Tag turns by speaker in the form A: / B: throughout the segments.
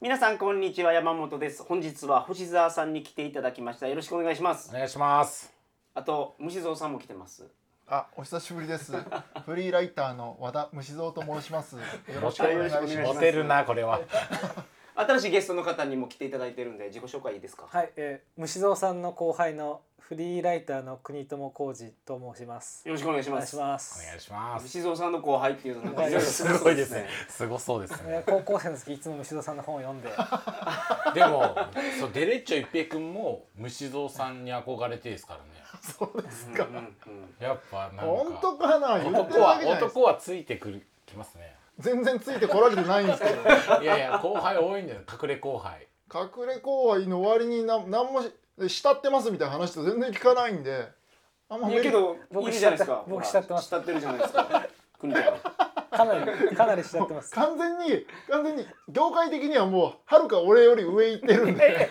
A: 皆さんこんにちは山本です本日は星沢さんに来ていただきましたよろしくお願いしま
B: お
A: す
B: 願いします。
A: あと虫蔵さんも来てます
C: あ、お久しぶり です。フリーライターの和田虫蔵と申します。よろしくお願いし
A: よろしくお願いし
C: ま
A: ます
C: す。
B: モテるなこれは。
A: 新しいゲストの方にも来ていただいてるんで自己紹介いいですか
D: はい、えー、虫蔵さんの後輩のフリーライターの国友浩二と申します。
A: よろしくお願いし
D: お願
A: ま
D: いし
A: す
D: ます。
B: お願いします。
A: 虫蔵さんの後輩っていうのなんかいろいろ
B: すごいですね。すごそうですね。
D: えー高校生の時いつも虫蔵さんの本を読んで、
B: でも、そうデレッチョ一平君も虫蔵さんに憧れてですからね。
C: そうです
A: う
C: か
A: ん。うんうん
B: やっぱなんか
C: 本当かな。言って
B: 男
C: るわ
B: は
C: けじゃないです。
B: 男はついてくるきますね。
C: 全然ついてこられてないん ですけど。
B: いやいや後輩多いんだよ隠れ後輩。
C: 隠れ後輩の割にな何もし慕ってますみたいな話と全然聞かないんで。あんま
A: いやけど
D: 僕
A: いるじゃないですか
D: 僕
A: ほら
D: 慕ってます
A: 慕ってるじゃないですか国ちゃん
D: かなりかなり慕ってます。
C: 完全に完全に業界的にはもうはるか俺より上行ってるんで。ね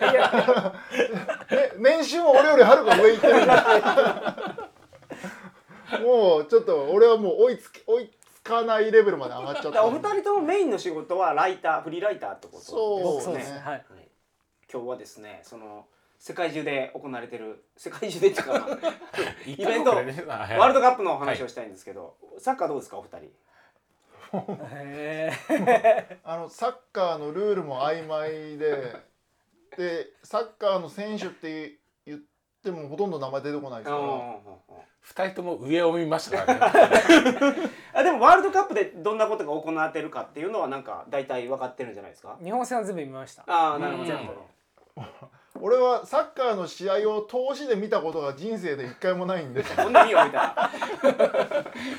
C: 年収も俺よりはるか上行ってるんで。もうちょっと俺はもう追いつき追いつかないレベルまで上がっちゃっ
A: だから
C: た
A: お
C: ん
A: 二
C: で。
A: 人ともメインの仕事はライターフリーライターってことですね
C: そう
D: そうですね。
C: ね
D: はい。
A: はい、今日はですねその世界中で行われてる世界中でっていうか、ま
B: イ
A: ベントあワールドカップのお話をしたいんですけど、サッカーどうですかお二人
D: え
C: あのサッカーのルールも曖昧で、でサッカーの選手って言ってもほとんど名前出てこないですか
A: うんうん
C: ら。
A: うんうん
B: 二人とも上を見ましたからね。
A: あでもワールドカップでどんなことが行われてるかっていうのはなんか大体分かってるんじゃないですか
D: ー日本戦は全部見ました。
A: ああなるほど
B: うん
A: なるほど
C: 俺はサッカーの試合を通しで見たことが人生で一回もない んで。
A: 今度見ようみたいな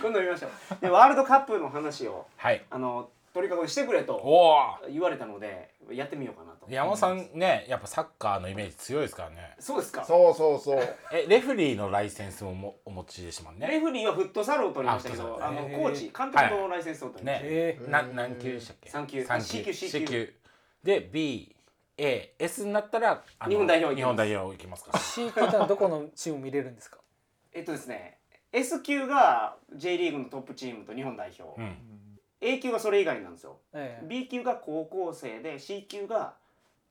A: 今度見ましょうでワールドカップの話を
B: はい。
A: あの鳥かごにしてくれ
B: お
A: と
B: お。
A: 言われたのでやってみようかなと
B: 山本さんねやっぱサッカーのイメージ強いですからね。
A: そうですか
C: そうそうそう。
B: えレフェリーのライセンスももお持ちでしたもんね。
A: レフェリーはフットサルを取りましたけどあ
B: あ
A: の
B: フ
D: ットサル
A: コーチ監督のライセンスを取りました、
B: ね
D: え、
C: ー
B: な何級でしたっけ？
A: 三級
B: 三
A: C 級 C 級
B: C 級で B A S になったらあの
A: 日本代表行きます
B: 日本代表行きますから。
D: C って言ったらどこのチーム見れるんですか。
A: えっとですね S 級が J リーグのトップチームと日本代表、
B: うん。
A: A 級がそれ以外なんですよ
D: ええ
A: B 級が高校生で C 級が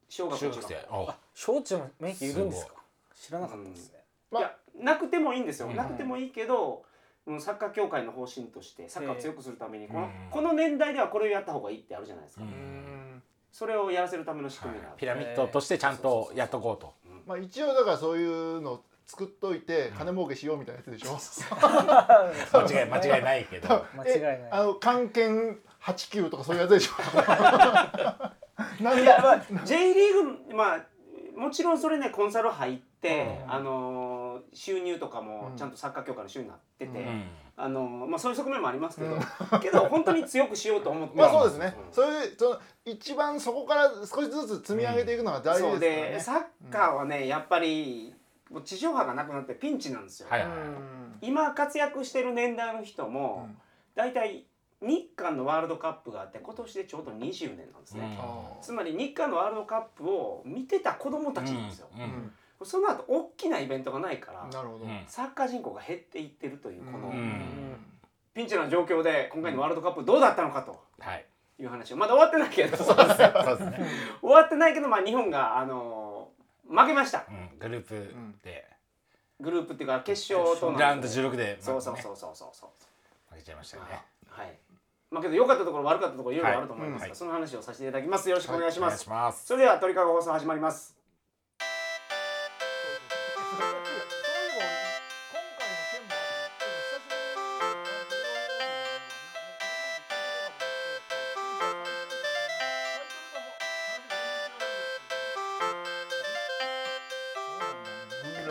A: 小学
B: 中
A: 中
B: 学
A: 学
B: 生
A: 生。
B: お
D: 小中も免許いるんですか
B: す。
D: 知らなかったですね。
A: いやなくてもいいんですよ、
B: うん
A: なくてもいいけどうんサッカー協会の方針としてサッカーを強くするためにこの,、
B: うん
A: この年代ではこれをやった方がいいってあるじゃないですか、
B: うん
A: それをやらせるための仕組みがあ
B: はい
A: っ
B: ピ
A: て、
B: ラミッドとしてちゃんとやっとこうと。
C: まあ一応だからそういうの作っといて金儲けしようみたいなやつでしょ。
B: 間違い間違いないけど。
D: 間違いない
C: えあの関係八級とかそういうやつでしょ。なん
A: い
C: で
A: やまあ J リーグまあもちろんそれねコンサル入って、
D: うん
A: あのー収入とかも
C: うん
A: ちゃんとサッカー協会の収入になってて、
C: う
B: うん
A: あのーまあ、そういう側面もありますけど、けど本当に強くしようと思って
C: まあそうですね。
A: うん
C: それでその一番そこから少しずつ積み上げていくのが大
A: そう
C: 事
A: で
C: ですからね。
A: サッカーはねやっぱりもう地上波がなくなってピンチなんですよ、
B: はいはい
C: うん
A: 今活躍してる年代の人も、
C: うん
A: 大体日韓のワールドカップがあって今年でちょうど20年なんです
B: うん
A: ね、
C: あ
A: つまり日韓のワールドカップを見てた子供たちなんですよ、
B: うん
C: ー
B: うん
A: その後大きなイベントがないから
C: なるほど。
B: うん
A: サッカー人口が減っていってるというこの
B: うん
A: ピンチの状況で今回のワールドカップどうだったのかと
B: はい。
A: いう話をまだ終わってないけど終
B: そうですね。
A: わってないけどまあ日本があのー負けました
B: うんグループで
A: グループっていうか決勝トー
B: グラ
A: ナ
B: ウ
A: メ
B: ン
A: ン
B: ド
A: トで
B: 十六で
A: そうそう
B: ね
A: そうそうそうそう
B: 負けちゃいました
A: そう
B: よね。
A: はいまあけど良かったところ悪かったところいろいろあると思います
B: はい
A: が、
B: うん
A: その話をさせていただきますよろしくお願いし
B: お
A: ま
B: 願い
A: す、
B: します。
A: それでは鳥かご放送始まります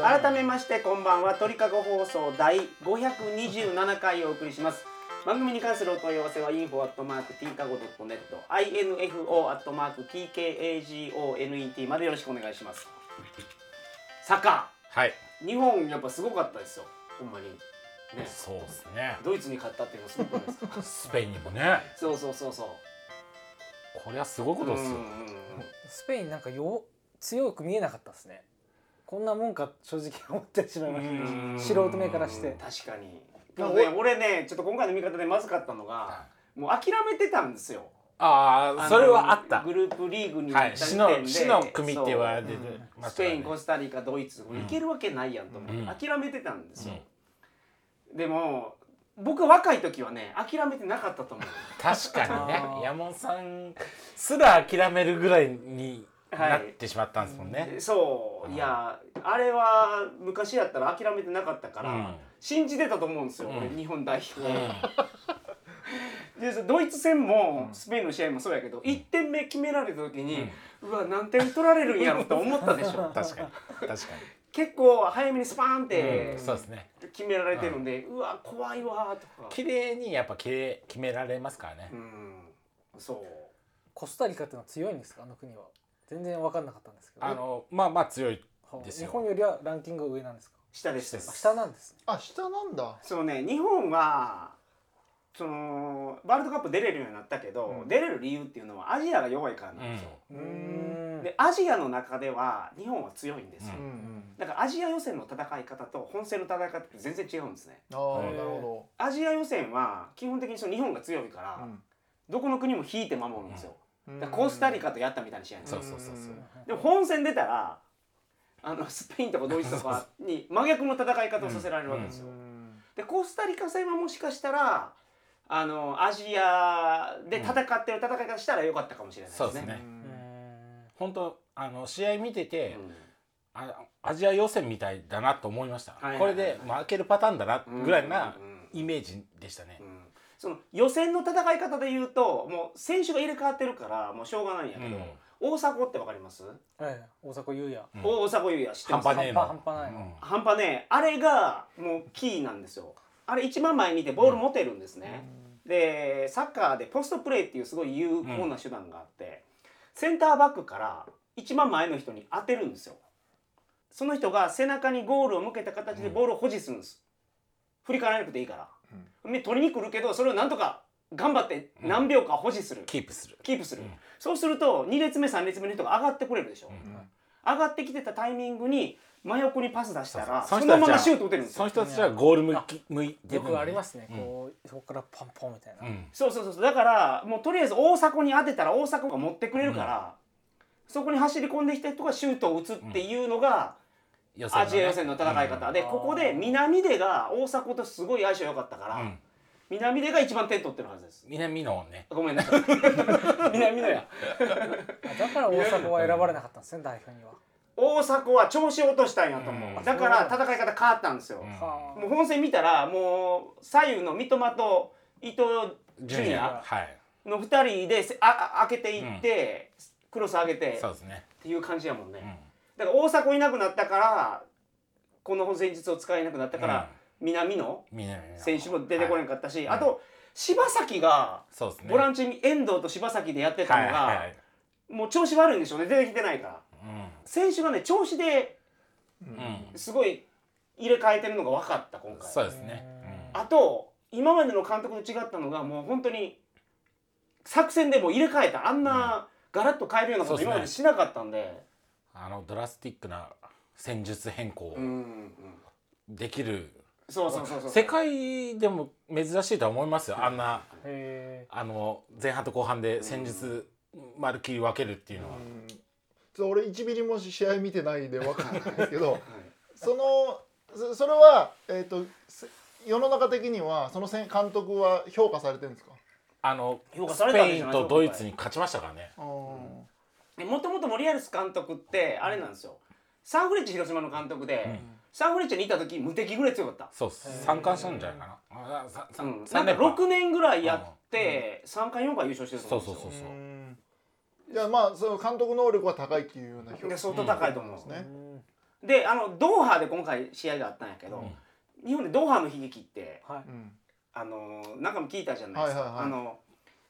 A: 改めましてこんばんは鳥かご放送第527回をお送りします番組に関するお問い合わせは info.tkago.net info.tkagonet までよろしくお願いしますサッカ
B: はい。
A: ー日本やっぱすごかったですよほんまにね
B: そうですね。
A: ドイツに勝ったっていうのはすごくないです か
B: スペインにもね。
A: そうそうそうそう
B: これはすごいことですよ
A: うん。うんうん
D: スペインなんかよ強く見えなかったですね。こんなもんか正直思ってしまいました。
B: うん
D: 素人目からして
A: 確かにでもね俺ねちょっと今回の見方でまずかったのが
B: は
A: もう諦めてたんですよ
B: いああそれはあった
A: グループリーグに
B: はい死の
A: 時点で
B: 死の組って言われて
A: そう
B: ま
A: ス
B: すからね
A: ペインコスタリカドイツいけるわけないやんと思って、
B: うん
A: 諦めてたんですよ、でも僕若い時はね諦めてなかったと思う
B: 確かに
D: あー
B: ね山本さんすら諦めるぐらいに
A: はい
B: なってしまったんですもんね、
A: そういやあれは昔やったら諦めてなかったから、
B: うん
A: 信じてたと思うんですよ、
B: うん
A: 俺日本代表、
B: うん
A: でドイツ戦もスペインの試合もそうやけど、1点目決められた時に、うわ何点取られるんやろって思ったでしょ
B: 確かに 確か
A: 結構早めにスパーンっ
B: に、
A: て
B: うんそうですね
A: 決められてるんで、うわ怖いわーとか
B: 綺麗にやっぱ綺麗決められますからね
A: う、んそう
D: コスタリカってのは強いんですかあの国は全然分かんなかったんですけど
B: あのまあまあ強い
D: はあ
B: です
D: 日
B: よ
D: 本よりはランキングが上なんですか
A: 下でした
B: 下です
D: 下なんですね
C: あ下なんだ
A: そうね日本はそのワールドカップ出れるようになったけど、
D: うん
A: 出れる理由っていうのはアジアが弱いからなんですよ、
B: う
D: う
C: ー
D: ん
A: でアジアの中では日本は強いんですよ、
C: う
B: うんん
C: うん
A: だからアジア予選の戦い方と本戦の戦い方って全然違うんですね
C: ああ
B: へー
C: なるほ
A: アジア予選は基本的にその日本が強いから、
C: ど
A: どこの国も引いて守るんですよ、
C: うん
A: だからコスタリカとやったみたいな試合なんです
B: そ
A: よ、
B: うそうそうそう
A: でも本戦出たらあのスペインとかドイツとかに真逆の戦い方をさせられるわけですよ、
C: うん
A: でコスタリカ戦はもしかしたらあのアジアで戦ってる戦い方したら良かったかもしれないですね。
B: そうですね
D: う
C: うん
D: ん
B: 本当あの試合見て
A: う
B: て、
A: ん
B: あアジア予選みたいだなと思いました、
A: はいはい
B: これで負けるパターンだなぐらいな
A: うんうん
B: イメージでしたね、
A: うんその予選の戦い方で言うともう選手が入れ替わってるからもうしょうがないんやけど、
B: うん
A: 大迫ってわかります、
D: ええ大迫優也
B: うん
A: 大迫優也知ってま
B: 半
A: す
B: 端ねえの
D: 半端半端ないの
A: 半端ねあれがもうキーなんですよあれ一番前にいてボール持てるんですね、でサッカーでポストプレーっていうすごい有効な手段があって、センターバックから一番前の人に当てるんですよその人が背中にゴールを向けた形でボールを保持するんです、振り返らなくていいから、で取りに来るけどそれをなんとか頑張って何秒か保持する、
B: キープする
A: キープする、
B: うん
A: そうすると2列目3列目の人が上がってくれるでしょ、上がってきてたタイミングに真横にパス出したらそ
B: そうそう
A: のままシュート打てるんです
B: その
A: よ
B: 人たちはゴール向き向いて、
D: よくありますすね
B: うん
D: こうそこからポンポンみたいな
B: うん
A: そうそうそうそうだからもうとりあえず大迫に当てたら大迫が持ってくれるから、そこに走り込んできた人がシュートを打つっていうのが、
B: 予
A: アジア予選の戦い方、で
D: あー
A: ここで南出が大迫とすごい相性良かったから、
B: うんうん
A: 南出が一番点取ってるはずです
B: 南のね
A: ごめんなさい南野や
D: あだから大迫は選ばれなかったんですね代表には
A: 大迫は調子を落としたんやと思う、
B: うん
A: だから戦い方変わったんですよ、
B: うん
D: はあ
A: もう本戦見たらもう左右の三笘と伊東
B: ジュニアはい
A: の2人でせああ開けていって、クロス上げて
B: そうですね、
A: っていう感じやもんね、
B: う
A: だ
B: ん
A: から大迫いなくなったからこの戦術を使えなくなったから、南野
B: 南の
A: 選手も出てこな
B: はい
A: かったし、
B: い
A: あと柴崎が
B: そうですね
A: ボラ
B: ン
A: ンチに遠藤と柴崎でやって
B: テ
A: たのが、
B: はいはいはい
A: もう調子悪いんでしょうね出てきてないから選手がね調子で
B: うんうん
A: すごい入れ替えてるのが分かった今回
B: そうですね、うん
A: あと今までの監督と違ったのがもう本当に作戦でもう入れ替えたあんなガラッと変えるようなこと
B: そうですね
A: 今までしなかったんで
B: あのドラスティックな戦術変更
A: うんうん
B: できる、
A: そうそうそうそう
B: 世界でも珍しいとは思いますよ、あんな
D: へえ
B: あの前半と後半で戦術まるっきり分けるっていうのは、
C: うんちょっと俺1ミリも試合見てないんで分かんないですけど
A: はい
C: そのそそれは、えー、とせ世の中的にはそのせん監督は評価されてるんですか
B: あの
A: 評価さ
B: ス
A: れたわけ
B: ペイ
A: じゃ
B: ン
A: ない
B: とドイツに勝ちましたからね
C: あー
A: でもともと森保監督ってあれなんですよサンフレッチェ広島の監督で、
B: うん
A: サンフレッチェにいた時無敵ぐらい強かった、
B: そうっす三冠したんじゃないかなあささ
A: うん、な
B: 三
A: んか
B: 連覇
A: 6年ぐらいやって3回4回優勝してると
B: そう
A: 思うん
B: そう
A: です
B: そ
A: よ
B: うそう
C: うんいやまあその監督能力は高いっていうような評
A: で相当高いと思うんです
C: 価
A: ね、
C: ね、
A: であのドーハで今回試合があったんやけど、日本でドーハの悲劇って
D: はい
C: うん
A: あのーなんかも聞いたじゃないですか、
C: はいはいはい
A: あの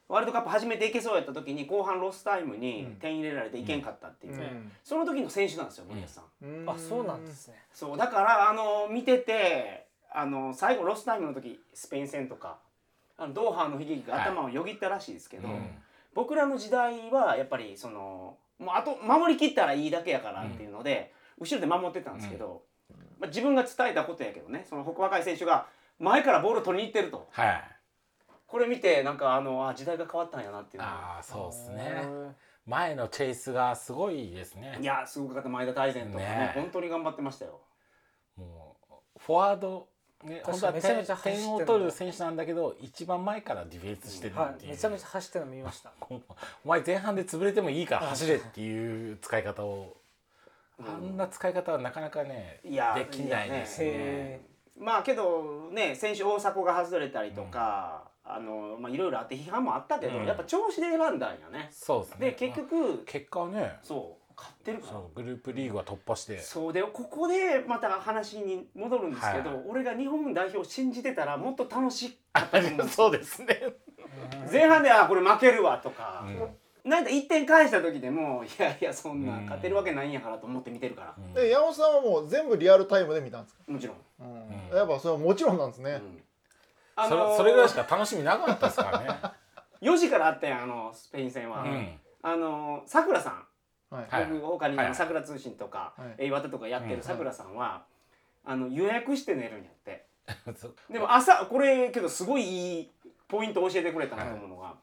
A: ワールドカップ初めていけそうやった時に後半ロスタイムに
C: うん
A: 点入れられていけんかったっていう、
C: う
D: ね
A: その時の選手なんですよ森保さん、
C: ん
D: あそうなんですね
A: そうだからあのー見ててあのー最後ロスタイムの時スペイン戦とかあのドーハの悲劇が頭をよぎったらしいですけど、
B: うん
A: 僕らの時代はやっぱりそのもうあと守りきったらいいだけやからっていうので、後ろで守ってたんですけど、まあ、自分が伝えたことやけどねその北若い選手が前からボールを取りに行ってると。
B: はい
A: これ見てなんかあのあ時代が変わったんやなっていうのが
B: ああそうですね前のチェイスがすごいですね
A: いやすごかった前田大然とかね
B: ねえ
A: 本当に頑張ってましたよ
B: もうフォワードね本
D: 確
B: 当
D: か
B: は
D: にめちゃめち
B: 点
D: ゃ走ってる
B: 点を取る選手なんだけど一番前からディフェンスしてる
D: は
B: って
D: い、
B: いう、
D: めちゃめちゃ走ってるの見ました。
B: お前前半で潰れてもいいから走れっていう使い方を
A: うん
B: あんな使い方はなかなかね
A: いや
B: できないです
A: い
B: ね
A: や
D: へー
A: まあけどね選手大迫が外れたりとか、あのまあいろいろあって批判もあったけど、
B: うん
A: やっぱ調子で選んだんやね
B: そうですね
A: で結局
B: 結果はね
A: そう勝ってるから
B: そうグループリーグは突破して
A: そうでここでまた話に戻るんですけど、
B: はい
A: 俺が日本代表を信じてたらもっと楽しかったと思うんです
B: そうですね、
A: 前半であこれ負けるわとか
B: う、ん
A: なんか1点返した時でもいやいやそんな
B: うん
A: 勝てるわけないんやからと思って見てるから、
B: うん
C: で山本さんはもう全部リアルタイムで見たんですか、
A: もちろん、
C: うん
B: うん
C: やっぱそれはもちろんなんですね、
A: うん
B: それそれぐらいしか楽しみなかったですか
A: 4時からあったやんあのスペイン戦は、
B: らね、
A: あのさくらさん
C: はい
B: はい
A: 僕他に
B: はいはい
A: さくら通信とか、
C: はい
A: え岩手とかやってるさくらさんは、あの予約して寝るんやって
B: うん、そ
A: でも朝これけどすごいいいポイント教えてくれたなと思うのが、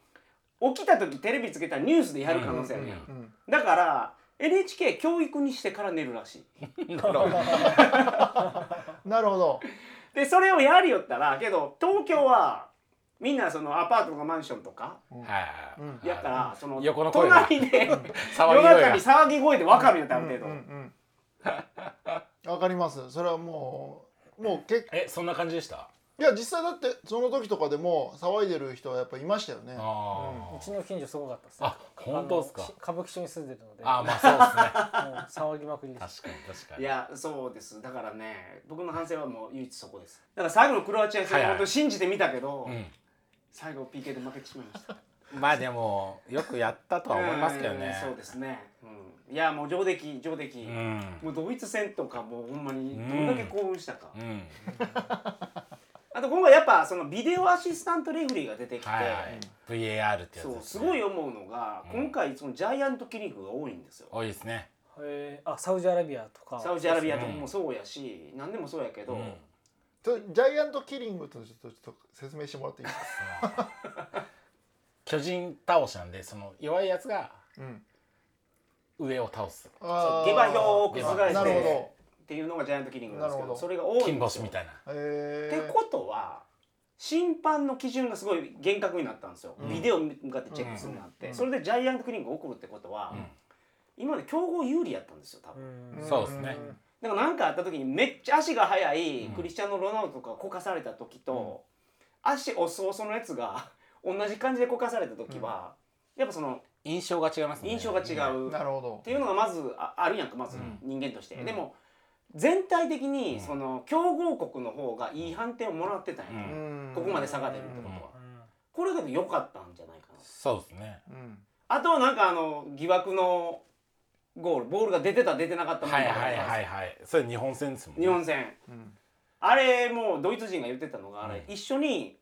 A: 起きた時テレビつけたらニュースでやる可能性あるやん、
B: うん
C: うん
A: だから NHK 教育にしてから寝るらしい
B: なるほど
C: なるほど
A: でそれをやりよったらけど東京はみんなそのアパートとかマンションとか
B: はい、
C: うん
A: やったらその
B: 横の声が
A: 隣 で
B: 騒
A: 夜
B: ぎ声
A: 中
B: が
A: に騒ぎ声で分かるんやったある程度、
C: うんうんうんわかりますそれはもうもう結
B: えそんな感じでした
C: いや実際だってその時とかでも騒いでる人はやっぱいましたよね
B: あ
D: う
B: ー、
D: ちの近所すごかったですね。
B: あ本当ですか
D: あのし歌舞伎町に住んでるので、
B: あーまあそうです ね
D: もう騒ぎまくりです。
B: 確かに確か
A: い
B: に
A: やそうですだからね僕の反省はもう唯一そこですだから最後のクロアチア
B: は
A: 戦
B: いはい
A: 本当信じてみたけど、
B: う
A: 最後 PK で負けてしまいました
B: ん、まあでもよくやったとは思いますけどね
A: うんそうですね、うん、いやもう上出来上出来、
B: うん
A: もうドイツ戦とかもうほんまに
B: うん
A: どんだけ興奮したか、
B: うん
A: あと今回やっぱそのビデオアシスタントレフェリーが出てきて、
B: はいはい VAR ってやつ
A: そう
B: ですす
A: ご
B: ね
A: い思うのが、
B: うん
A: 今回そのジャイアントキリングが多いんですよ
B: 多いですね
D: へーあ、サウジアラビアとか。
A: サウジアラビアとか
B: うん
A: もそうやし、何でもそうやけど、
B: うん
C: ちょジャイアントキリングとちょっとちょっと説明してもらっていいです か、
B: 巨人倒しなんでその弱いやつが
C: うん、
B: 上を倒す
A: そ
C: あ
A: う
C: ー
A: 下馬評を覆
C: なる
A: し
C: ほ
A: て
C: ど
A: っていうのがジャイアントキリングなんですけ
C: な
A: ど
C: るほど
A: それが多いんですよ
B: 金星みたいな
A: っ
C: え
A: て
C: ー、
A: ことは審判の基準がすごい厳格になったんですよ、
C: うん
A: ビデオに向かってチェックするようになって、
C: うん
A: それでジャイアントクリーンが送るってことは、今まで強豪有利やったんですよ多
D: う
A: 分、
D: ん
C: ん。
B: そうですね
A: だから何かあった時にめっちゃ足が速い
B: うん
A: クリスチャン・ロナウドとかこかされた時と、足遅々のやつが 同じ感じでこかされた時は、やっぱその
B: 印象が違いますね
A: 印象が違う、
C: なるほ
A: っ
C: ど
A: ていうのがまずああるやんかまず
B: うん
A: 人間として、
C: うん
A: でも全体的
B: うん
A: にその強豪国の方がいい判定をもらってたんや、
B: うん
C: うん
A: ここまで差が出るってことは、
D: うん
A: これが良かったんじゃないかな
B: そうですね
C: うん
A: あとはなんかあの疑惑のゴールボールが出てた出てなかったも
B: はいはい
A: い
B: はいはいそれ日本戦ですもんね
A: 日本戦
C: うん
A: あれもうドイツ人が言ってたのがあれ、
B: うん
A: 一緒に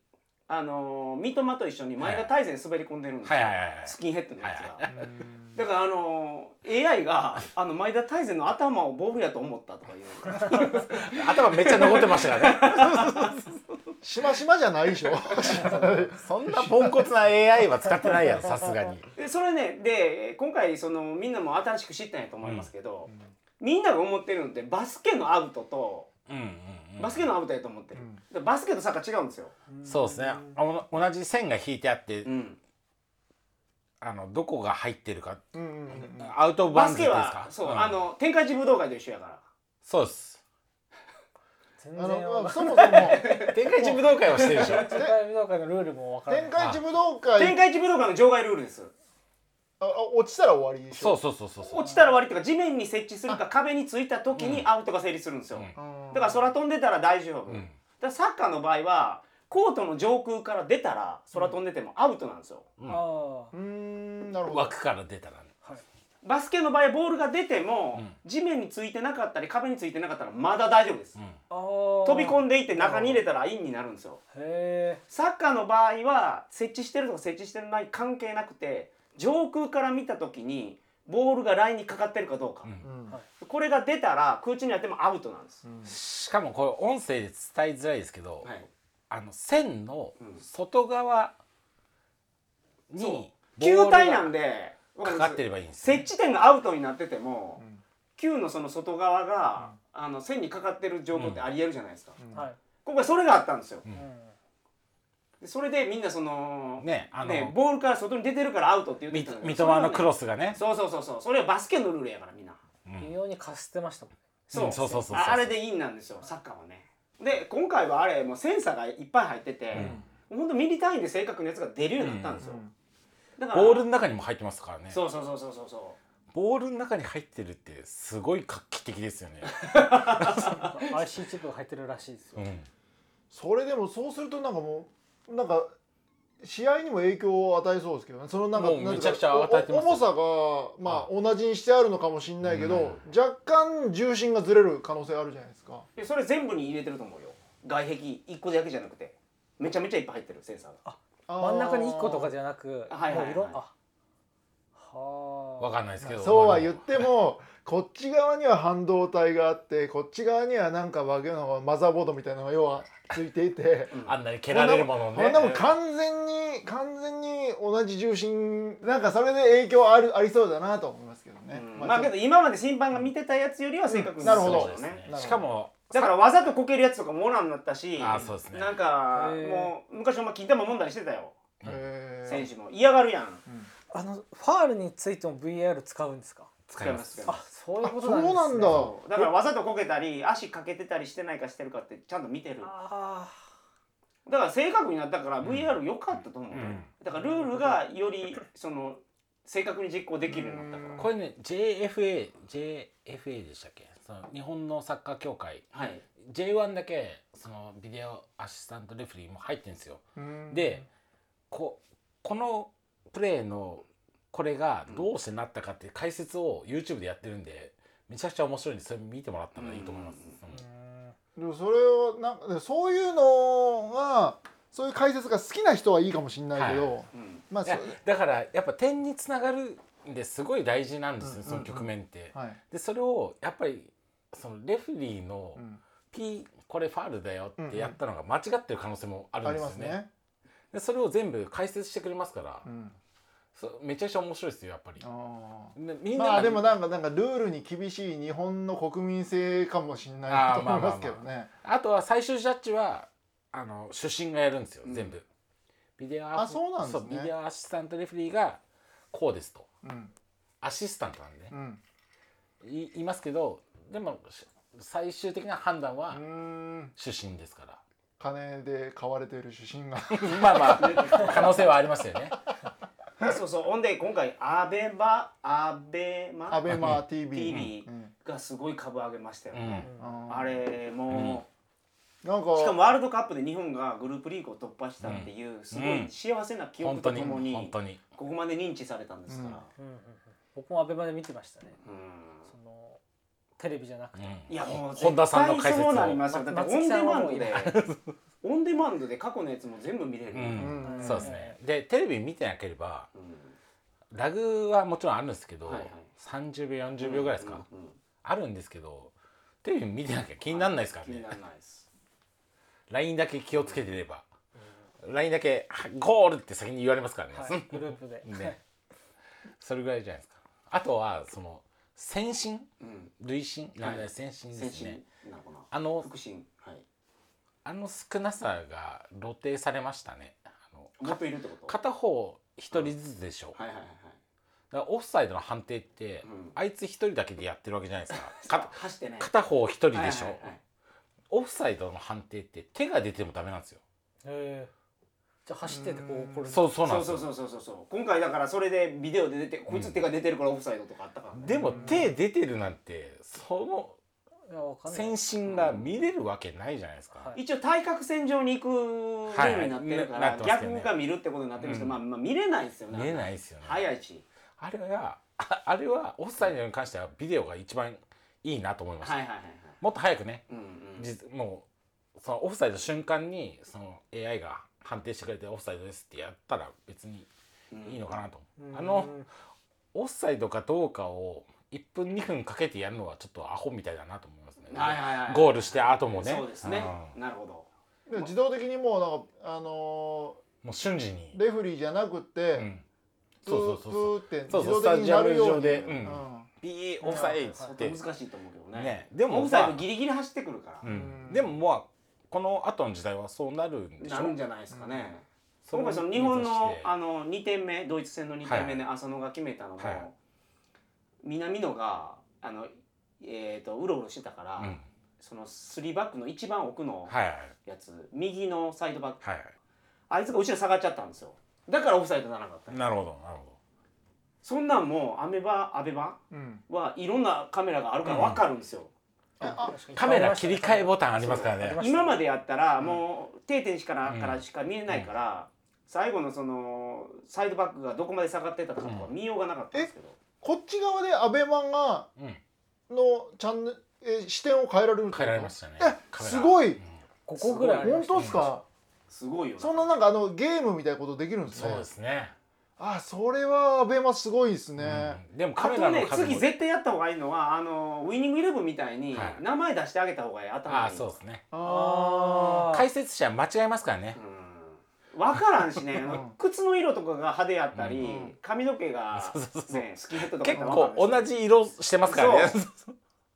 A: あのー三笘と一緒に前田大然滑り込んでるんですよ、
B: はいはいはいはい
A: スキンヘッドのやつが、
C: うん
A: だからあのー AI があの前田大然の頭をボールやと思ったとか言う の
B: 頭めっちゃ残ってましたからね
C: しましまじゃないでしょ
B: そんな ポンコツな AI は使ってないやろさすがに
A: でそれねで今回そのみんなも新しく知ったんやと思いますけど、みんなが思ってるのってバスケのアウトと
B: うんうんうん
A: バスケのアウトやと思ってる、
C: うん
A: でバスケとサッカー違うんですよ、
B: そうですねあおな同じ線が引いてあって
A: うん、
B: あのどこが入ってるか
C: うんうんうん
B: アウトオブバ
A: バ
B: ウン
A: ス
B: ズで
A: ケ
B: すか
A: はそう、
B: ん
A: あの天下一武道会と一緒やから
B: そうです
D: 全
C: あ
D: 然
C: のま
D: わ
C: あ
D: か
C: そもそも
B: 展開一武道会はしてるでしょ
D: んない。世界武道会のルールもわから
C: 天
D: ない。
C: 下一武道
A: 天
C: 会
A: 下一武道会の場外ルールです
C: ああ落ちたら終わりで し
B: そ
C: ょ
B: うそうそうそうそう
A: 落ちたら終わりっていうか地面に設置するか壁についた時にアウトが成立するんですよ、
B: うん
C: うん
A: だから空飛んでたら大丈夫、
B: う
A: だ
B: ん
A: か、らサッカーの場合はコートの上空から出たら空飛んでてもアウトなんですよ、
B: うん
D: あ
C: うーんなるほど
B: 枠から出たらね
D: あ、はい。
A: バスケの場合ボールが出ても、
B: うん
A: 地面についてなかったり壁についてなかったらまだ大丈夫です、
B: うん
D: あー
A: 飛び込んでいって中に入れたらインになるんですよ
D: へ
A: サッカーの場合は設置してるとか設置してない関係なくて上空から見た時にボールがラインにかかってるかどうか、
B: うん
C: うん
A: これが出たら空中にあってもアウトなんです、
B: しかもこれ音声で伝えづらいですけど、
A: はい
B: あの線の
A: うん
B: 外側に
A: そう
B: ボールが
A: 球体なんで
B: かかってればいいんです、
A: 接
B: ね、
A: 地点がアウトになってても
C: うん
A: 球のその外側が、あの線にかかってる状況ってありえるじゃないですか、
C: うん
D: はい。
A: 今回それがあったんですよ
B: う
D: うん
B: ん
A: でそれでみんなそのね
B: ねあの、
A: ボールから外に出てるからアウトって言って
B: み
A: たの
B: 三笘のクロ
A: ス
B: スがね、
A: そうそうそうそうそれはバスケのルールやからみんな
B: う
D: 微
B: ん
D: 妙にかすってましたもんね。
A: そう,、
B: うんそうそうそうそう
A: ああれでインなんですよサッカーはねで今回はあれもうセンサーがいっぱい入ってて、ほんとミリ単位で正確なやつが出るようになったんですよ、だから
B: ボールの中にも入ってますからね
A: そうそうそうそうそうそ
B: ボールの中に入ってるってすごい画期的です よね、
D: IC チップが入ってるらしいですよ。
B: うん
C: それでもそうするとなんかもうなんか試合にも影響を与えそうですけどねそのなんか
B: もう
C: なん
B: め
C: て
B: ち
C: い
B: ゃ
C: う
B: くちゃ
C: か
B: 与えてますよ
C: お重さがまあ同じにしてあるのかもしれないけど、若干重心がずれる可能性あるじゃないですか。
A: うでそれ全部に入れてると思うよ外壁1個だけじゃなくてめちゃめちゃいっぱい入ってるセンサーが
D: 真ん中に一個とか
C: じ
D: じゃなく、
A: あーはいはいはい
D: もういろんあ、
B: わ
D: はあ。
B: かんないですけど
C: そうは言っ
B: ま
C: てもこっち側には半導体があってこっち側にはなんかわけのマザーボードみたいなのが要はついていて。
B: ああんなに蹴られるものをね
C: あんなもん完全に完全に同じ重心なんかそれで影響あるありそうだなと思いますけどね、
A: うんまあけど今まで審判が見てたやつよりは正確に
C: なるほど
A: そう
B: そ
A: で
B: うですす
A: ね
B: ね
C: なるほど
B: しかも
A: だからわざとこけるやつとかもおらんなったし
B: あーそうですね
A: なんか
D: へー
A: もう昔お前金玉問題してたよ
C: えー
A: 選手も嫌がるやん
D: あのファールについても VAR 使うんですか。
B: 使います
A: 使いま
D: あ、そういう
C: あ
D: こ
C: そ
D: となんです
C: う
D: ね。
C: なんだ
D: あ
A: だからわざとこけたり足かけてたりしてないかしてるかってちゃんと見てる
D: あ
A: だから正確になったから VR 良かったと思う、
B: うん
A: だからルールがよりその正確に実行できるようになったから
B: これね JFA JFA でしたっけその日本のサッカー協会
A: はい
B: J1 だけそのビデオアシスタントレフェリーも入ってるんですよ
C: うん
B: でここのプレーのこれがどうしてなったかっていう解説を YouTube でやってるんでめちゃくちゃ面白いんでそれ見てもらったらいいと思います、
D: あ。う
B: うん
D: ん
C: でもそれをなんかそういうのがそういう解説が好きな人はいいかもしれないけど、
A: うん
C: まあ
B: い
C: そ
B: や
C: う
B: だからやっぱ点につながるんですごい大事なんですよ、
C: うん
B: その局面って。
C: はい、
B: でそれをやっぱりそのレフェリーの
C: うん
B: 「P これファールだよ」ってやったのが間違ってる可能性もある
C: あ
B: んで
C: り
B: すよね。
C: ますね、
B: でそれを全部解説してくれますから、
C: うん、
B: そめちゃくちゃ面白いですよやっぱり。
C: あ
B: でみ
C: ー
B: んなが
C: まあでもなんかなんかルールに厳しい日本の国民性かもしれないと思いますけどね、
B: あとは最終ジャッジはあの主審がやるんですよ、
A: うん
B: 全部。ビデオ
C: あそうなんですね
B: ビデオアシスタントレフェリーがこうですと
C: うん
B: アシスタントなんでね、
C: うん
B: い言いますけどでもし最終的な判断は
C: うーん
B: 主審ですから。
C: 金で買われている主審が
B: まあまあ可能性はありますよね。
A: そうそうほんで今回アベマアベ
C: ア
A: マ
C: ベマ TV,
A: TV
C: うん
A: がすごい株上げましたよ
B: う
A: ね、
B: ん。
C: あー
A: あれも
C: なん
A: う、
C: か
A: しかもワールドカップで日本がグループリーグを突破したっていうすごい幸せな記憶
B: 本
A: と
B: 当
A: と
B: に
A: もに
B: 本当に。
A: ここまで認知されたんですから、
D: うんうんうん僕もアベマで見てましたね。
A: うん
D: そのテレビじゃなくて。
B: うん
A: いやもう
B: 本田さんの解説
A: 絶対そうなり
B: を。
A: ますよだって
D: 松
A: オン
D: 木
A: デ
D: さん
A: マ
D: は
A: ン
D: もう
A: ドでオンデマンドで過去のやつも全部見れる、
B: う。
C: うんん
D: うん
B: そうですね。でテレビ見てなければ
A: うん
B: ラグはもちろんあるんですけど
A: はいはい、
B: 三十秒四十秒ぐらいですか。
A: うんうん
B: あるんですけど。テレビ見てなきゃ気にならないですから
A: 気に
B: ね
A: な。らないです。
B: LINE だけ気をつけてれば。LINE だけはいゴールって先に言われますから
D: はい
B: ね。
D: グループで。
B: ね。それぐらいじゃないですか。あとはその先進
A: うん。
B: 累進なん
A: はい
B: だ先進で
A: 先
B: すね
A: 進。なのかな。
B: あの
A: 腹心はい。
B: あの少なさが露呈されましたね。あの
A: もっといるってこと。
B: 片方一人ずつでしょ。
A: はいはいはいはい。
B: だからオフサイドの判定って、
A: うん
B: あいつ一人だけでやってるわけじゃな いですか。
A: か
B: か
A: 走ってね。
B: 片方一人でしょ、
A: はいはいはい
B: オフサイドの判定って手が出てもダメなんですよ。
D: へえ。じゃあ走っててこうこれ。
B: そうそうなん
A: そう
B: です
A: そ
B: よ。
A: うそうそうそうそう。今回だからそれでビデオで出て、こいつ手が出てるからオフサイドとかあったからね。
B: でも手出てるなんてそ
D: いやわか
B: の
D: んない
B: 先。進が見れるわけないじゃないですか。
D: はい
A: 一応対角線上に行くよ
B: はいう
A: になってるから、
B: ななってますけどね
A: 逆が見るってことになってるんですけど、
B: うん
A: まあまあ見れないですよね。
B: 見えないですよね。
A: 早いし。
B: あれはああれはオフサイドに関してはビデオが一番いいなと思いました。
A: はいはいはいはい。
B: もっと早くね
A: うんうん。
B: 実もうそのオフサイド瞬間にその AI が判定してくれてオフサイドですってやったら別にいいのかなと思う、あのオフサイドかどうかを1分2分かけてやるのはちょっとアホみたいだなと思いますね、
A: はいはいはい。
B: ゴールして後もね
A: そうですね
B: う。ん
A: なるほど。
C: でも自動的にもうなんかあの
B: もう瞬時に
C: ー、レフェリーじゃなくて、
B: うん、そうそうそうそう
C: プープーって
B: そうそう
C: 自動的になるよう
B: スタ
C: に
B: ジアム上で
C: う
B: うんんピーオフサイドっつ
A: 相
B: っ
A: 当
B: て
A: 難しいと思うけどね
B: ねでも
A: オフサイド
B: まあ
A: ギリギリ走ってくるから、
B: うん、でもまあこの後の時代はそうなるんでしょ
A: なるんじゃないですかね、
B: そ
A: 今回その日本
B: 意味と
A: の
B: して
A: あの2点目ドイツ戦の2点目
B: はい
A: で浅野が決めたのも、
B: はい
A: 南野があの、えー、とうろうろしてたから、
B: うん、
A: その3バックの一番奥の
B: はいはい
A: やつ、右のサイドバック
B: はいは
A: あいつが後ろ下がっちゃったんですよだからオフサイドならなかった、
B: いなるほどなるほ
A: そんなんもうアメバアベバ
C: うん
A: はいろんなカメラがあるから分かるんですよ、
C: あ
B: どカメラ切り替えボタンありますから
D: そうあり
B: ね
D: ま
A: 今までやったらもう定点しから,、
B: うん
A: からしか見えないから、最後のそのサイドバックがどこまで下がってたかとか見ようがなかったんですけど、
C: こっち側でアベマンが
B: うん
C: のチャンネルえ視点を変えられるってこと
B: 変えられましたね
C: えすごい、
B: うん
D: ここぐらいありま
C: 本
D: した
C: 当ですか
A: すごいよ
C: そんななんかあのゲームみたいなことできるんですね
B: そうですね
C: あそれはアベマすごいですね、
B: うんでもカ
A: あ
B: メ
A: と
B: ラ
A: ね
B: の数も
A: 次絶対やった方がいいのはあのウイニングイレブンみたいに
B: はい
A: 名前出してあげた方がいい頭がいい
B: ああそうですね
C: あ
D: あ
B: 解説者間違えますからね
A: うん分からんしね
C: ん
A: 靴の色とかが派手やったり、
C: うん
A: 髪の毛が
B: そうそうそうそう
A: ねスキンヘッドとか
B: 結
A: だったらわ
B: 構
A: かるん
B: 同
A: ですよ
B: じ色してますからね
A: そ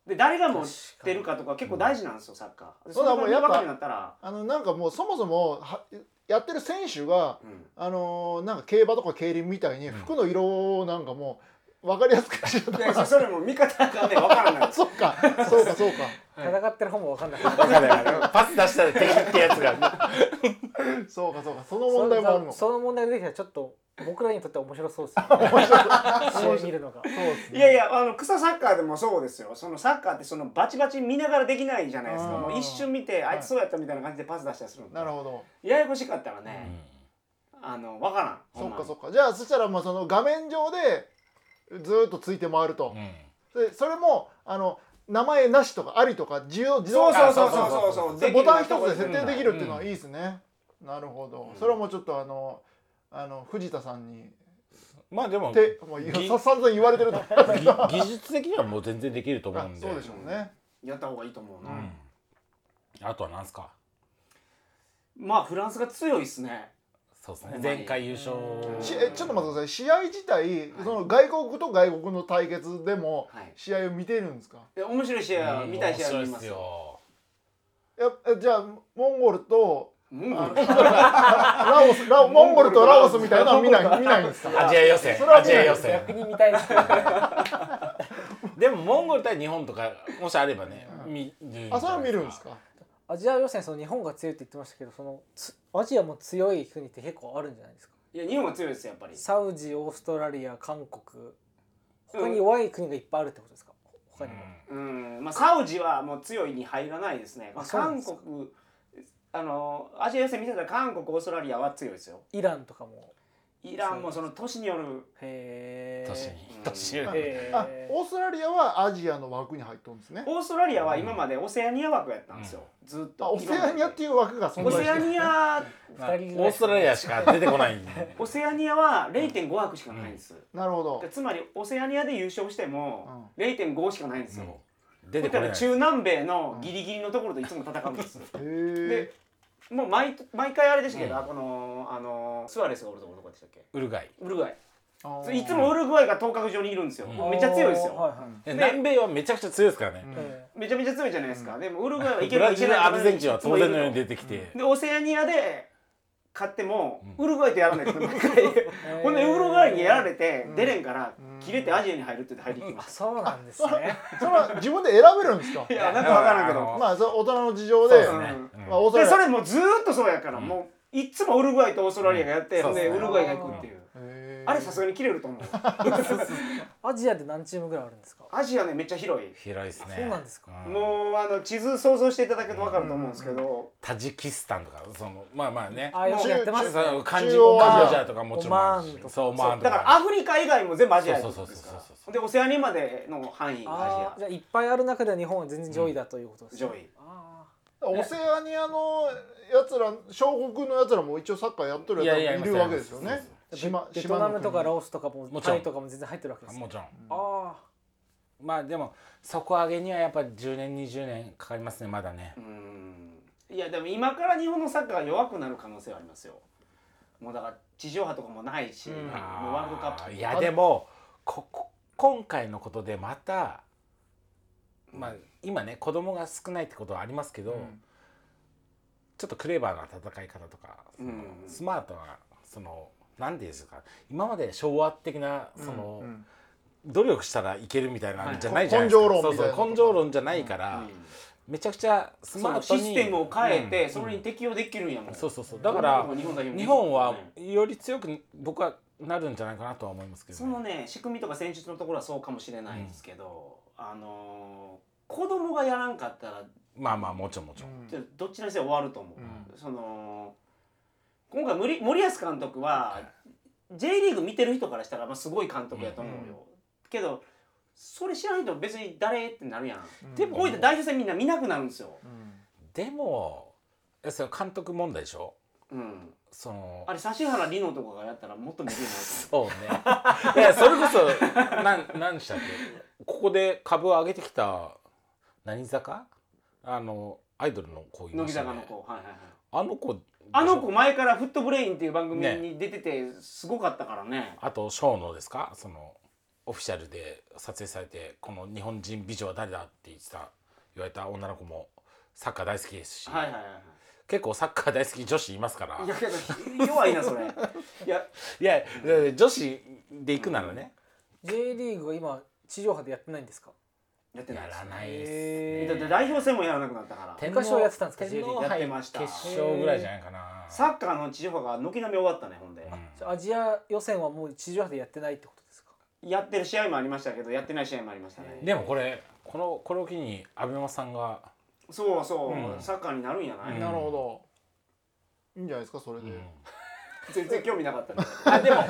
A: で誰が持ってるかとか結構大事なんですよサッカーで
C: そう
A: そ
C: だ
A: れが
C: もうやっぱ
A: 分かるようになったら、
C: あのなんかもうそもそもはやってる選手が
A: うん
C: あのーなんか競馬とか競輪みたいに
B: うん
C: 服の色をなんかもう分かりやすくしようと
A: でそそれも見方がね分からない
C: そうかそうかそうか
D: ー戦ってる方も 分かんな い
B: わかんないわパス出したら敵ってやつが
C: そうかそうかその問題もあるの
D: そ
C: か
D: その問題ができたらちょっと僕らにとっては面白そう ですよね見るのが
A: いやいやあの草サッカーでもそうですよそのサッカーってそのバチバチ見ながらできないじゃないですか
C: うん
A: もう一瞬見てあいつそうやったみたいな感じでパス出したりするんで
C: なるほど
A: ややこしかったら
B: う
A: ね、
B: ん
A: あの分からん
C: そっかそ
A: っか
C: っかじゃあそしたらまあその画面上でずーっとついて回ると
B: う、ん
C: でそれもあの名前なしとかありとか自由自
A: そ
C: 動
A: うそうそう
B: あ
A: そうそうそう
C: でボタン一つで
A: で
C: 設
A: きるような
C: 定できるっていうのはいいですね、なるほど、
A: うん
C: それはもうちょっとあのあの藤田さんに
B: まあでも
C: 手もう
B: ぎ
C: さ散々言われてると思うんですけど
B: 技技術的にはもう全然できると思
C: あ
B: うんで
C: そうでしょうね
A: やった方がいいと思うな、
C: うん
B: うんあとは何すか
A: まあフランスが強いですね
B: そうです
A: ほ
B: ね
A: んまに
B: 前回優勝
A: うん
C: しえちょっと待ってください試合自体、その外国と外国の対決でも
A: はい
C: 試合を見てるんですか
A: で面白い試合は見たい試合は見ますよ
B: よ
C: やえじゃあモンゴルと
A: うんうん
C: ラオスラオモンゴルとラオスみたいなのは見ない見ないんですか
B: アジア予選
C: それは
B: ア
C: 見
B: ジ
C: な
B: ア
C: い
B: 予選
D: 逆に見たいですけどね
B: でもモンゴル対日本とかもしあればね見る
C: あそれは見るんですか
D: アジア予選その日本が強いって言ってましたけどそのつアジアも強い国って結構あるんじゃないですか
A: いや日本が強いですよやっぱり
D: サウジオーストラリア韓国他に弱い国がいっぱいあるってことですか他にも、
A: うんまあ、サウジはもう強いに入らないですね、まあ、
D: あそうなん
A: 韓
D: ですか
A: 国あのアジア予選見てたら韓国オーストラリアは強いですよ
D: イランとかも
A: イランもその都市による
D: へえ
B: 年に年
C: う
B: に
C: ん
D: へ
C: あ
D: え
C: オーストラリアはアジアの枠に入っとるんですね
A: オーストラリアは今までオセアニア枠やったんですよ、ずっ
C: あ
A: と
C: オセアニアっていう枠が存
A: オ
C: 在して
A: セア
C: る
A: ニア
B: まあオ
D: 二人ぐらい
B: ーストラリアしか出てこないんで
A: オセアニアは0.5枠しかないんです、
C: なるほど
A: でつまりオセアニアで優勝しても0.5しかないんですよ、
B: もう出
A: だ
B: てこ
A: か
B: れ
A: ら
B: ない
A: 中南米のギリギリのところといつも戦うんです、
C: へ
A: でもう毎毎回あれですけど、
B: うん
A: あこのあのスアレスがおるところどこでしたっけ
B: ウルグアイ
A: ウルグアイ
C: え
A: いつもウルグアイが頭角上にいるんですよ、
B: うん
A: めっちゃ強いですよ、
D: はいはい
B: え南米はめちゃくちゃ強いですからね
C: うん
D: え
A: めちゃめちゃ強いじゃないですか、でもウルグアイはいけ
B: ブ
A: る
B: ラ
A: い
B: ジ
A: け
B: ル
A: ない
B: アルゼンチンは当然のように出てきて
A: でオセアニアで勝っても、
B: う
A: ウルグアイとやらない ですよ毎回
D: え
A: ほんでウルグアイにやられて、
C: うん
A: 出れんから、
C: うん
A: 切れてアジアに入るって言って入っていきます、
D: そうなんです ね
C: それは自分で選べるんですか
A: いやなんかわからんけ
B: あの
A: ど
C: まあそれ大人の事情
B: そう
C: で
B: ですね
A: う
B: うん
C: まあオースト
A: で
C: ラリ
A: そ
C: ア
A: れもうずーっとそうやから、
B: うん
A: もういつもウルグアイとオーストラリアがやって、
B: うん
A: ほんで
B: そう
A: ウ
B: ですね
A: ルグアイが行くっていう、
C: へー
A: あれさすがに切れると思う
D: アジアで何チームぐらいあるんですか
A: アジアねめっちゃ広い、
B: 広いですね
D: そうなんですか
A: もうあの地図想像していただけると分かると思うんですけど、
B: タジキスタンとかそのまあまあね
D: ああいうのやってます
B: その漢字
C: 中央
B: も
C: アジア
B: アジアとかもちろんある
D: オマーンと
B: し
D: か
B: そうオマーンと
A: だから
B: か
A: アフリカ以外も全部アジアや
B: そう
A: と
B: そう
A: です
B: そう
A: か
B: そう
A: ら
B: そう
A: でオセアニアまでの範囲
D: あ
A: ア
D: あ
A: ジ
D: じゃあいっぱいある中では日本は全然上位だというこ
A: ア
D: とですね、
A: 上位
D: あ
C: オセアニアのやつら小国のやつらも一応サッカーやってるやつらもいるわけですよ
B: いやいや
C: ね
B: いま
C: 島
D: あベトナムと
C: 島の
D: かラオスとかも
B: もちろん
D: タイとかも全然入ってるわけですね
B: もちろん
D: あ
B: まあでも底上げにはやっぱ10年20年かかりますねまだね
A: うーんいやでも今から日本のサッカーが弱くなる可能性はありますよもうだから地上波とかもないし、
C: うん
A: もう
B: あー
A: ワールドカップ
B: いやでもここ今回のことでまたまあ今ね子供が少ないってことはありますけど、
C: うん
B: ちょっとクレバーな戦い方とか、その
A: うん
B: スマートなその何ていうんですか今まで昭和的なその、
C: うん
B: 努力したらいけるみたいな
A: はい
B: んじゃないじゃないですか、
C: 根性論みたいな
B: そうそう根性論じゃないから、
A: うん
B: めちゃくちゃスマ
A: そ
B: ー
A: の
B: ト
A: シ
B: に
A: ステムを変えて、
B: うん
A: それに適用できるんやもん、
B: そうそうそうだから
A: 日本代表
B: 日本はより強く僕はなるんじゃないかなとは思いますけど
A: そ
B: ね、
A: のね仕組みとか戦術のところはそうかもしれないですけど、あのー子供がやらんかったら
B: まあまあもちろんもちろん、
A: ちょっとどっちにせよ終わると思う、
C: う
A: その今回森森保監督は J リーグ見てる人からしたらまあすごい監督やと思うよ、
C: うん
A: けどそれ知らん人別に誰ってなるやん、
C: うん
B: でも
A: こういった代表戦みんな見なくなるんですよ、
C: うん
B: でもえそれ監督問題でしょ
A: うん、
B: その
A: あれ指原莉乃とかがやったらもっと見るようになると思う
B: そうねいやそれこそなんなんでしたっけここで株を上げてきた何坂あのアイドルの子 いま
A: 乃木
B: した、ね、
A: 坂の子、はいはいはい、
B: あの子
A: あの子前から「フットブレイン」っていう番組に出ててすごかったからね
B: あとショーのですかそのオフィシャルで撮影されてこの日本人美女は誰だって言ってた言われた女の子もサッカー大好きですし、
A: はいはいはいはい
B: 結構サッカー大好き女子いますから
A: いやけど弱いな それ。いや
B: いやいや女子で行くならね、
D: J リーグは今地上波でやってないんですか
A: やってない
B: や
A: です
B: ら
A: ね。
B: ないです
D: へ
A: だって代表戦もやらなくなったから。
B: 天
D: 昔はやってたんですか
B: 天
D: J
B: 皇
A: リーグやっ
B: 杯
A: てました
B: 決勝ぐらいじゃないかな
A: サッカーの地上波が軒並み終わったねほんで、
D: じゃあアジア予選はもう地上波でやってないってことですか
A: やってる試合もありましたけどやってない試合もありましたね。
B: でもこれこのこれを機に安倍マさんが
A: そうそう、
B: うん
A: サッカーになるんやない、
B: うん
C: なるほどいいんじゃないですかそれで、
A: 全然興味なかったね。
B: あでも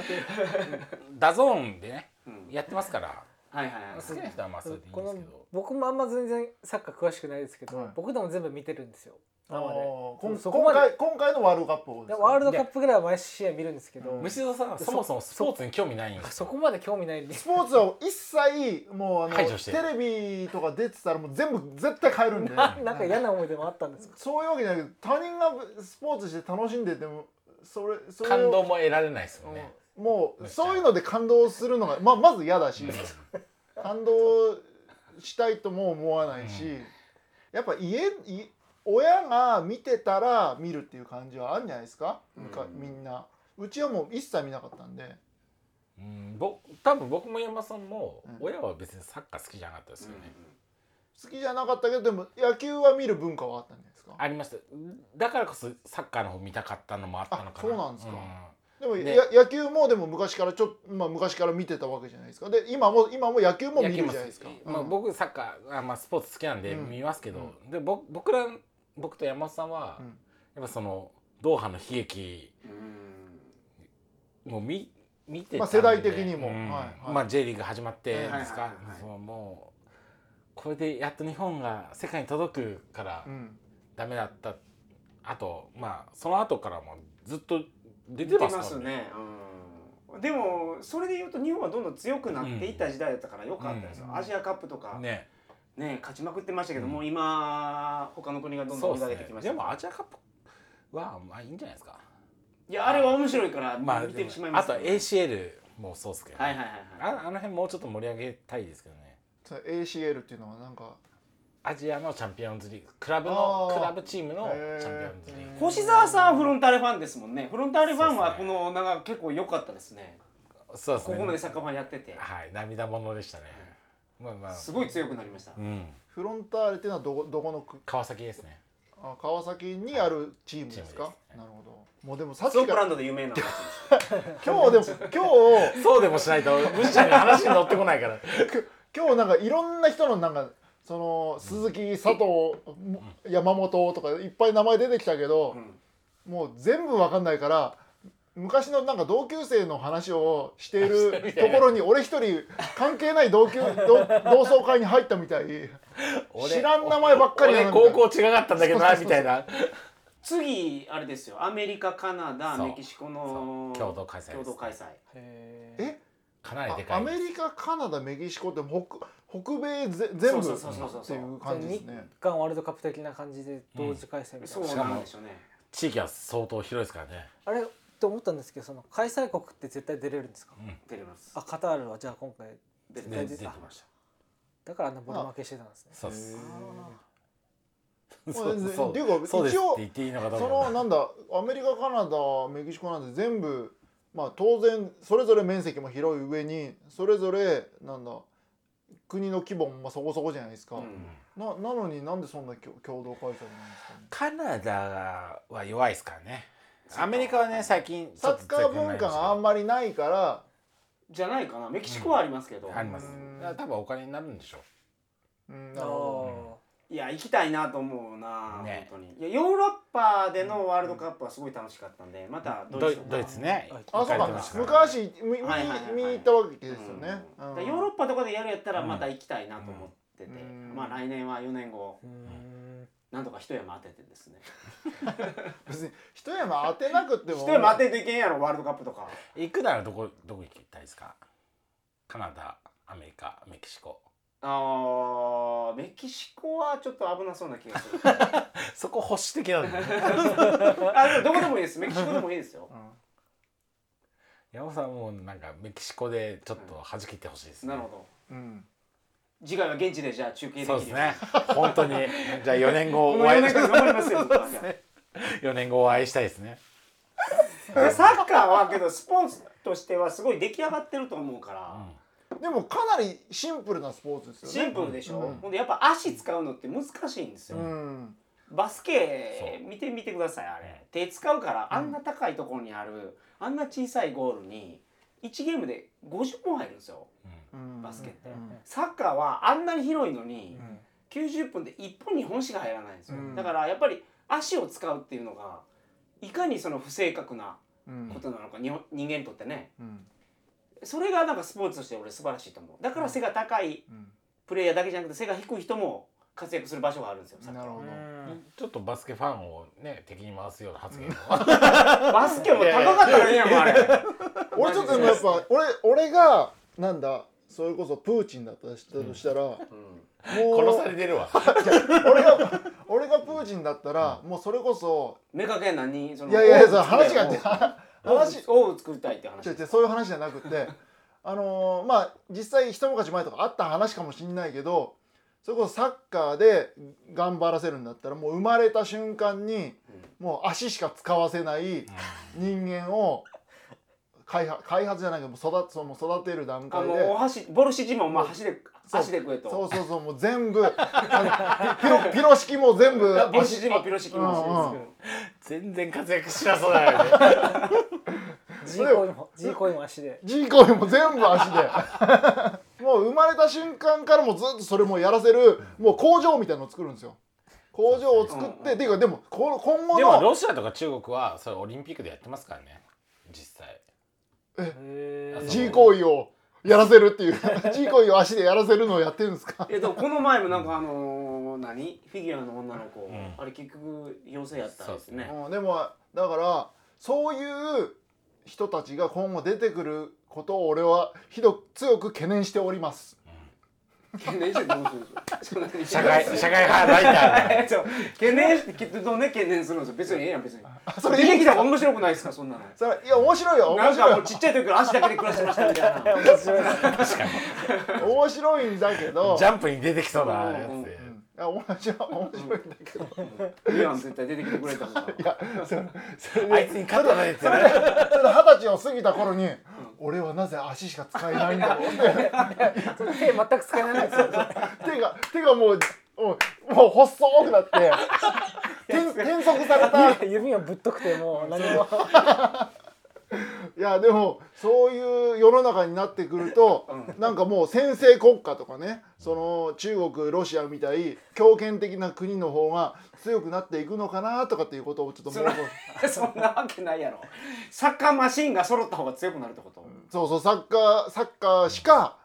B: ダゾーンでね
A: うん
B: やってますから
A: はいはいはい。
B: 好きな人はまあそれでいいんで
D: こ
B: す
D: の
B: けど
D: 僕もあんま全然サッカー詳しくないですけど、
C: はい
D: 僕でも全部見てるんですよ
C: あ
D: 生で
C: ーこん
D: そこま
C: 今
D: で
C: 回今回のワールドカップをです
D: で
C: か
D: ワールドカップぐらいは毎試合見るんですけど、
C: うん
B: 虫戸さんそもそもスポーツに興味ないんです
D: そ
B: よ
D: こまで興味ないんで
C: スポーツを一切もうあの
B: 排除して
C: テレビとか出てたらもう全部絶対変えるんで
D: ななんか嫌な思い出もあったんですか
C: そういうわけじゃないけど他人がスポーツして楽しんでてもそれそれを
B: 感動も得られないですよね
C: うんもうそういうので感動するのが、まあ、まず嫌だし感動したいとも思わないし、
B: うん
C: やっぱ家い親が見てたら見るっていう感じはあるんじゃないですか、
A: うん
C: かみんなうちはもう一切見なかったんで
B: うんぼ多分僕も山さんも
C: うん
B: 親は別にサッカー好きじゃなかったですよね
C: 好きじゃなかったけどでも野球は見る文化はあったんじゃないですか
B: ありましただからこそサッカーの方見たかったのもあったのかな
C: あそうなんですかでも、
B: ね
C: や野球もでも昔からちょっと、まあ、昔から見てたわけじゃないですかで今も今も野球も見るじゃないですか
B: 野球も好きまあ、
C: うん
B: 僕サッカーあ、まあ、スポーツ好きなんで
C: うん
B: 見ますけど、で僕僕ら僕と山本さんは、
C: うん
B: やっぱそのドーハの悲劇
A: うん
B: もう見見てたんで
C: まあ世代的にも
B: うん
C: はいはい
B: まあ J リーグ始まってです
A: はい
B: か
A: はいはいはい
B: そうもうこれでやっと日本が世界に届くから
C: うん
B: ダメだったあとまあその後からもずっと出
A: 出
B: て
A: て
B: ま
A: ますすね。うんでもそれで言うと日本はどんどん強くなっていった時代だったからよかったですよ、
C: うん
A: アジアカップとか、
B: ね
A: ね勝ちまくってましたけど、
B: うん
A: もう今他の国がどんどん
B: そう
A: 追い上げ
B: ですね
A: てきましたか
B: で
A: ら
B: もアジアカップはまあいいんじゃないですか
A: いやあれは面白いから
B: まあ
A: 見てしまいま
B: あ
A: す、
B: と ACL もそうっすけどね、
A: はいはいはい
B: あ
A: はい
B: あの辺もうちょっと盛り上げたいですけどね
C: その ACL っていうのはなんか
B: アジアのチャンピオンズリーグクラブの
C: あー
B: クラブチームの
C: へー
B: チャンピオンズリーグ
A: 星澤さんはフロンターレファンですもんねフロンターレファンはこ
B: そうっすね
A: のなんか結構良かったですね
B: そうです
A: こ
B: ね
A: こまでサッカーファンやってて
B: はい涙ものでしたねまあまあ
A: すごい強くなりました、
B: うん
C: フロンターレっていうのはどこどこの区
B: 川崎ですね
C: あ川崎にあるチームです
B: チ
C: か
B: ームです
C: なるほどもうでもさっ
A: ソ
C: き
A: ープ
C: か
A: ラ
C: ら
A: ンドで有名な
C: 今日でも今日
B: そうでもしないとむしゃに話に乗ってこないから
C: 今日なんかいろんな人のなんかその鈴木佐藤も山本とかいっぱい名前出てきたけど、もう全部わかんないから昔のなんか同級生の話をしているところに俺一人関係ない同級同同窓会に入ったみたい
B: 俺
C: 知らん名前ばっかり
B: 俺
C: なの
B: 高校違かったんだけどなみたいな
A: 次あれですよアメリカカナダ
B: そう
A: メキシコ
B: そ
A: の
B: う共同開催です
A: 共同開催
D: へー
C: え
B: かなりで
C: あ
B: か
C: ア
B: い
C: メリカカナダメキシコって北北米ぜ全部
A: そ
C: っ
A: うそうそうそう
C: ていう感じですね
D: 日韓ワールドカップ的な感じで同時開催みたい
A: そう
D: な、
A: なんですよね
B: 地域は相当広いですからね
D: あれって思ったんですけどその開催国って絶対出れるんですか、
A: 出れます
D: あカタールはじゃあ今回
A: 出て
D: 絶対
B: ね
D: 出
B: 出
D: て
B: て
D: た
B: ました
D: だからあんなボロ負けしてたんですね、
B: そうです
C: まあ全然
B: そう
C: っていうか
B: そうです
C: 一
B: って
C: 応
B: 言っていいのかどうか
C: そのなんだアメリカカナダメキシコなんて全部まあ当然それぞれ面積も広い上にそれぞれなんだ国の規模もまあそこそこじゃないですか、
A: うん
C: ななのになんでそんな共共同開催なんですかね
B: カナダは弱いですからねアメリカはね最近
C: サッカー文化があん
B: ま
C: まりないから
A: じゃないかなメキシコはありますけど、
B: あります
C: うん
B: だから多分お金になるんでしょ
C: うん
D: あ
C: なるほ
A: いや行きたいなと思うな、
B: ね
A: 本当にいやヨーロッパでのワールドカップはすごい楽しかったんでまた
B: う
A: ド
B: ド
A: イ
B: イ
A: ツと
B: ドイツね
D: あ
C: どあそ
B: 行か
C: う
B: れて
C: か
B: ますら
C: 昔見見
A: はいはいはいはい
C: 見に行ったわけですよね、
A: うん
C: うん
A: でヨーロッパとかでやるやったらまた行きたいなと思ってて、
C: うん
A: まあ来年は4年後
D: うーん
A: なんとか一山当ててですね
C: 別に一山当てなくても
A: 一山当てていけんやろワールドカップとか
B: 行くならどこどこ行きたいですかカナダアメリカメキシコ
A: あーメキシコはちょっと危なそうな気が する
B: そこ保守的なんだね
A: あでもどこでもいいですメキシコでもいいですよ
C: う
B: 山本さんはもうなんかメキシコでちょっと弾きってほしいですね
A: なるほど
C: んうん
A: 次回は現地でじゃあ中継できる
B: そうですね本当にじゃあ4年後
A: こ
B: お
A: の4
B: 会い
A: 年間頑張りますよ僕はじゃあ
B: 4年後お会いしたいですね
A: でサッカーはけどスポーツとしてはすごい出来上がってると思うから、
C: でもかなりシンプルなスポーツですよ
A: シ
C: ね
A: ンプルでしょ、
C: うん
A: ほんでやっぱ足使うのって難しいんですよ、
C: うん
A: バスケ
B: そ
A: 見てみてくださいあれ手使うからあんな高いところにある、あんな小さいゴールに1ゲームで50本入るんですよ
C: うん
A: バスケって、
C: うん
A: サッカーはあんなに広いのに、
C: ん
A: 90分で1本2本しか入らないんですよ、
C: うん
A: だからやっぱり足を使うっていうのがいかにその不正確な
C: うん
A: ことなのか、日本人間にとってね
C: うん
A: それがなんかスポーツとして俺素晴らしいと思うだから背が高いプレイヤーだけじゃなくて背が低い人も活躍する場所があるんですよ
C: うんなるほど
D: うん
B: ちょっとバスケファンをね敵に回すような発言を
A: バスケも高かったらいいやんもうあれ
C: 俺ちょっとでもやっぱ俺俺がなんだそれこそプーチンだったとしたらもう
B: 殺されて るわ
C: 俺が俺がプーチンだったらもうそれこそ
A: 目かけんなにその
C: いやいやい
A: 王
C: やその
A: を作
C: 話
A: りた
C: が
A: い
C: あって
A: 王を
C: 話
A: 王を作りたいって話
C: 違う違うそういう話じゃなくて あのーまあ実際一昔前とかあった話かもしんないけどそれこそサッカーで頑張らせるんだったらもう生まれた瞬間にもう足しか使わせない人間を開発開発じゃないけどもう育てその育てる段
A: あ
C: 階
A: のお
C: で。
A: 箸ボルシジもまあ箸で
C: そう
A: 箸で食えと
C: そうそうそうもう全部あのピロピロ式も全部
A: ボルシジもピロシキ
C: うん
A: も
C: うん
B: 全然活躍しなそうだ よね
D: G コインも G コインも足で
C: G 行為も全部 足でもう生まれた瞬間からもうずっとそれもやらせるもう工場みたいなのを作るんですよ工場を作っ
A: うん
C: て、ていうかでもこの今後
B: でも
C: の
B: ロシアとか中国はそれオリンピックでやってますからね実際
D: へー
C: G 行為をやらせるっていう G 行為を足でやらせるのをやってるんですか
A: えでもこの前もなんかあのー何フィギュアの女の子
B: ん
A: あれ結局陽性やったんですね
C: うん、でもだからそういう人たちが今後出てくることを俺はひどく強く懸念しております
A: 懸念してどうするんですか
B: 社会社会派ライターが
A: えそう懸念してきっとね懸念するんですよ別にええやん別に
C: それいい
A: 出てきた方が面白くないですかそんなの
C: それいや面白いよ
A: な
C: 面
A: んか
C: 白
A: も
C: いう
A: ちっちゃい時から足だけで暮らしてましたみたい な
C: 面白いんだけど
B: ジャンプに出てきそうなやつで
C: うんいや面白い面白いんだけど
A: イアン絶対出てきてくれたもんない
C: やそれそれで
B: あいつに肩投げてる
C: それで二十歳を過ぎた頃に、俺はなぜ足しか使えないんだろうって
D: それ手全く使えないん ですよ
C: 手が手がもうもうもう細くなって転転足されたい
D: 指がぶっとくてもう何も
C: やでもそういう世の中になってくると、なんかもう先制国家とかねその中国ロシアみたい強権的な国の方が強くなっていくのかなとかっていうことをちょっと
A: そ
C: 妄
A: んな
C: 想
A: そんなわけないやろサッカーマシンが揃った方が強くなるってこと、
C: そうそうサッカーサッカーしか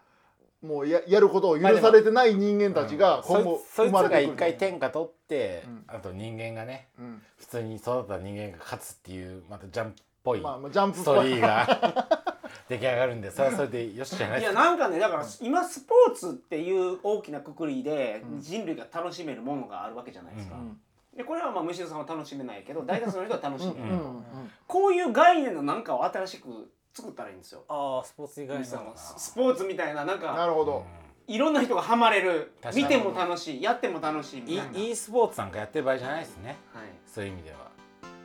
C: もうややることを許されてない人間たちが
B: そ
C: 今
B: い
C: 後
B: そい
C: 生
B: つ
C: まれ
B: が
C: て
B: 一
C: くる
B: 回。天下取って、
C: ん
B: あと人間がね
C: うん
B: 普通に育った人間が勝つっていうまたジャンプっぽい
C: まあ、まあジャンプ
B: ス
C: っ
B: ト
C: ぽ
B: ー
C: い
B: リーが 出来上がるんでそれはそれでよしじゃない
A: い
B: です
A: や
B: か
A: なんかねだから今スポーツっていう大きなくくりで人類が楽しめるものがあるわけじゃないですか。
C: うん
A: でこれはまあ虫さんは楽しめないけど大多数の人は楽しめる、
C: うんうん
A: こういう概念のなんかを新しく作ったらいいんですよ。
D: ああスポーツ以外
A: 虫
D: の
A: さんはススポーツみたいななん
C: な
A: か
C: るほど
A: いろんな人がハマれる
B: 確か
A: 見
B: に
A: ても楽しいやっても楽しいみたいな。
B: e スポーツなんかやってる場合じゃないですね
A: は、
B: そういう意味では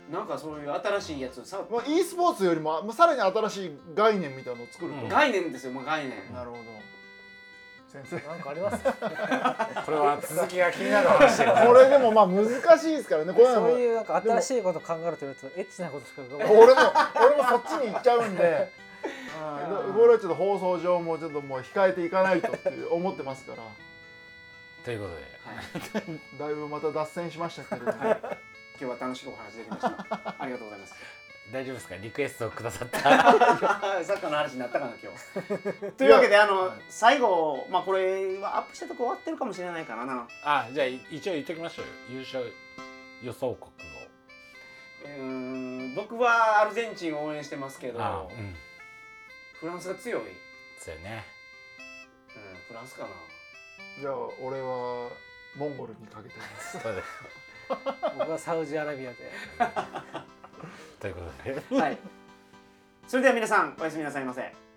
B: い
A: なんかそういう新しいやつさ
C: まあ e スポーツよりもまあさらに新しい概念みたいなのを作る
B: うん
C: と
A: 概念ですよ、まあ、概念。
C: なるほど先生
D: なんかありますか
B: これは続きが気になる話でございます
C: これでもまあ難しいですからねこれは
D: そう
C: もう
D: いうなんか新しいこと考えるというとエッチなことしか浮 かばない
C: 俺も俺もそっちに行っちゃうん でうんこれはちょっと放送上もちょっともう控えていかないとっていう思ってます から
B: ということで
A: はい
C: だいぶまた脱線しましたけれども
A: 今日は楽しくお話でき ました。ありがとうございます。
B: 大丈夫ですかリクエストをくださっ た
A: サッカーの話になったかな今日。 というわけであの最後まあこれはアップしたとこ終わってるかもしれないからな。
B: あじゃあ一応言っときましょうよ優勝予想国を
A: うーん僕はアルゼンチンを応援してますけど、
B: あうん
A: フランスが強い。うん
B: そうよね
A: フランスか
C: じゃあ俺はモンゴルにかけてます
B: そうです
D: 僕はサウジアラビアで
B: ということで
A: な。はい。それでは皆さんおやすみなさいませ。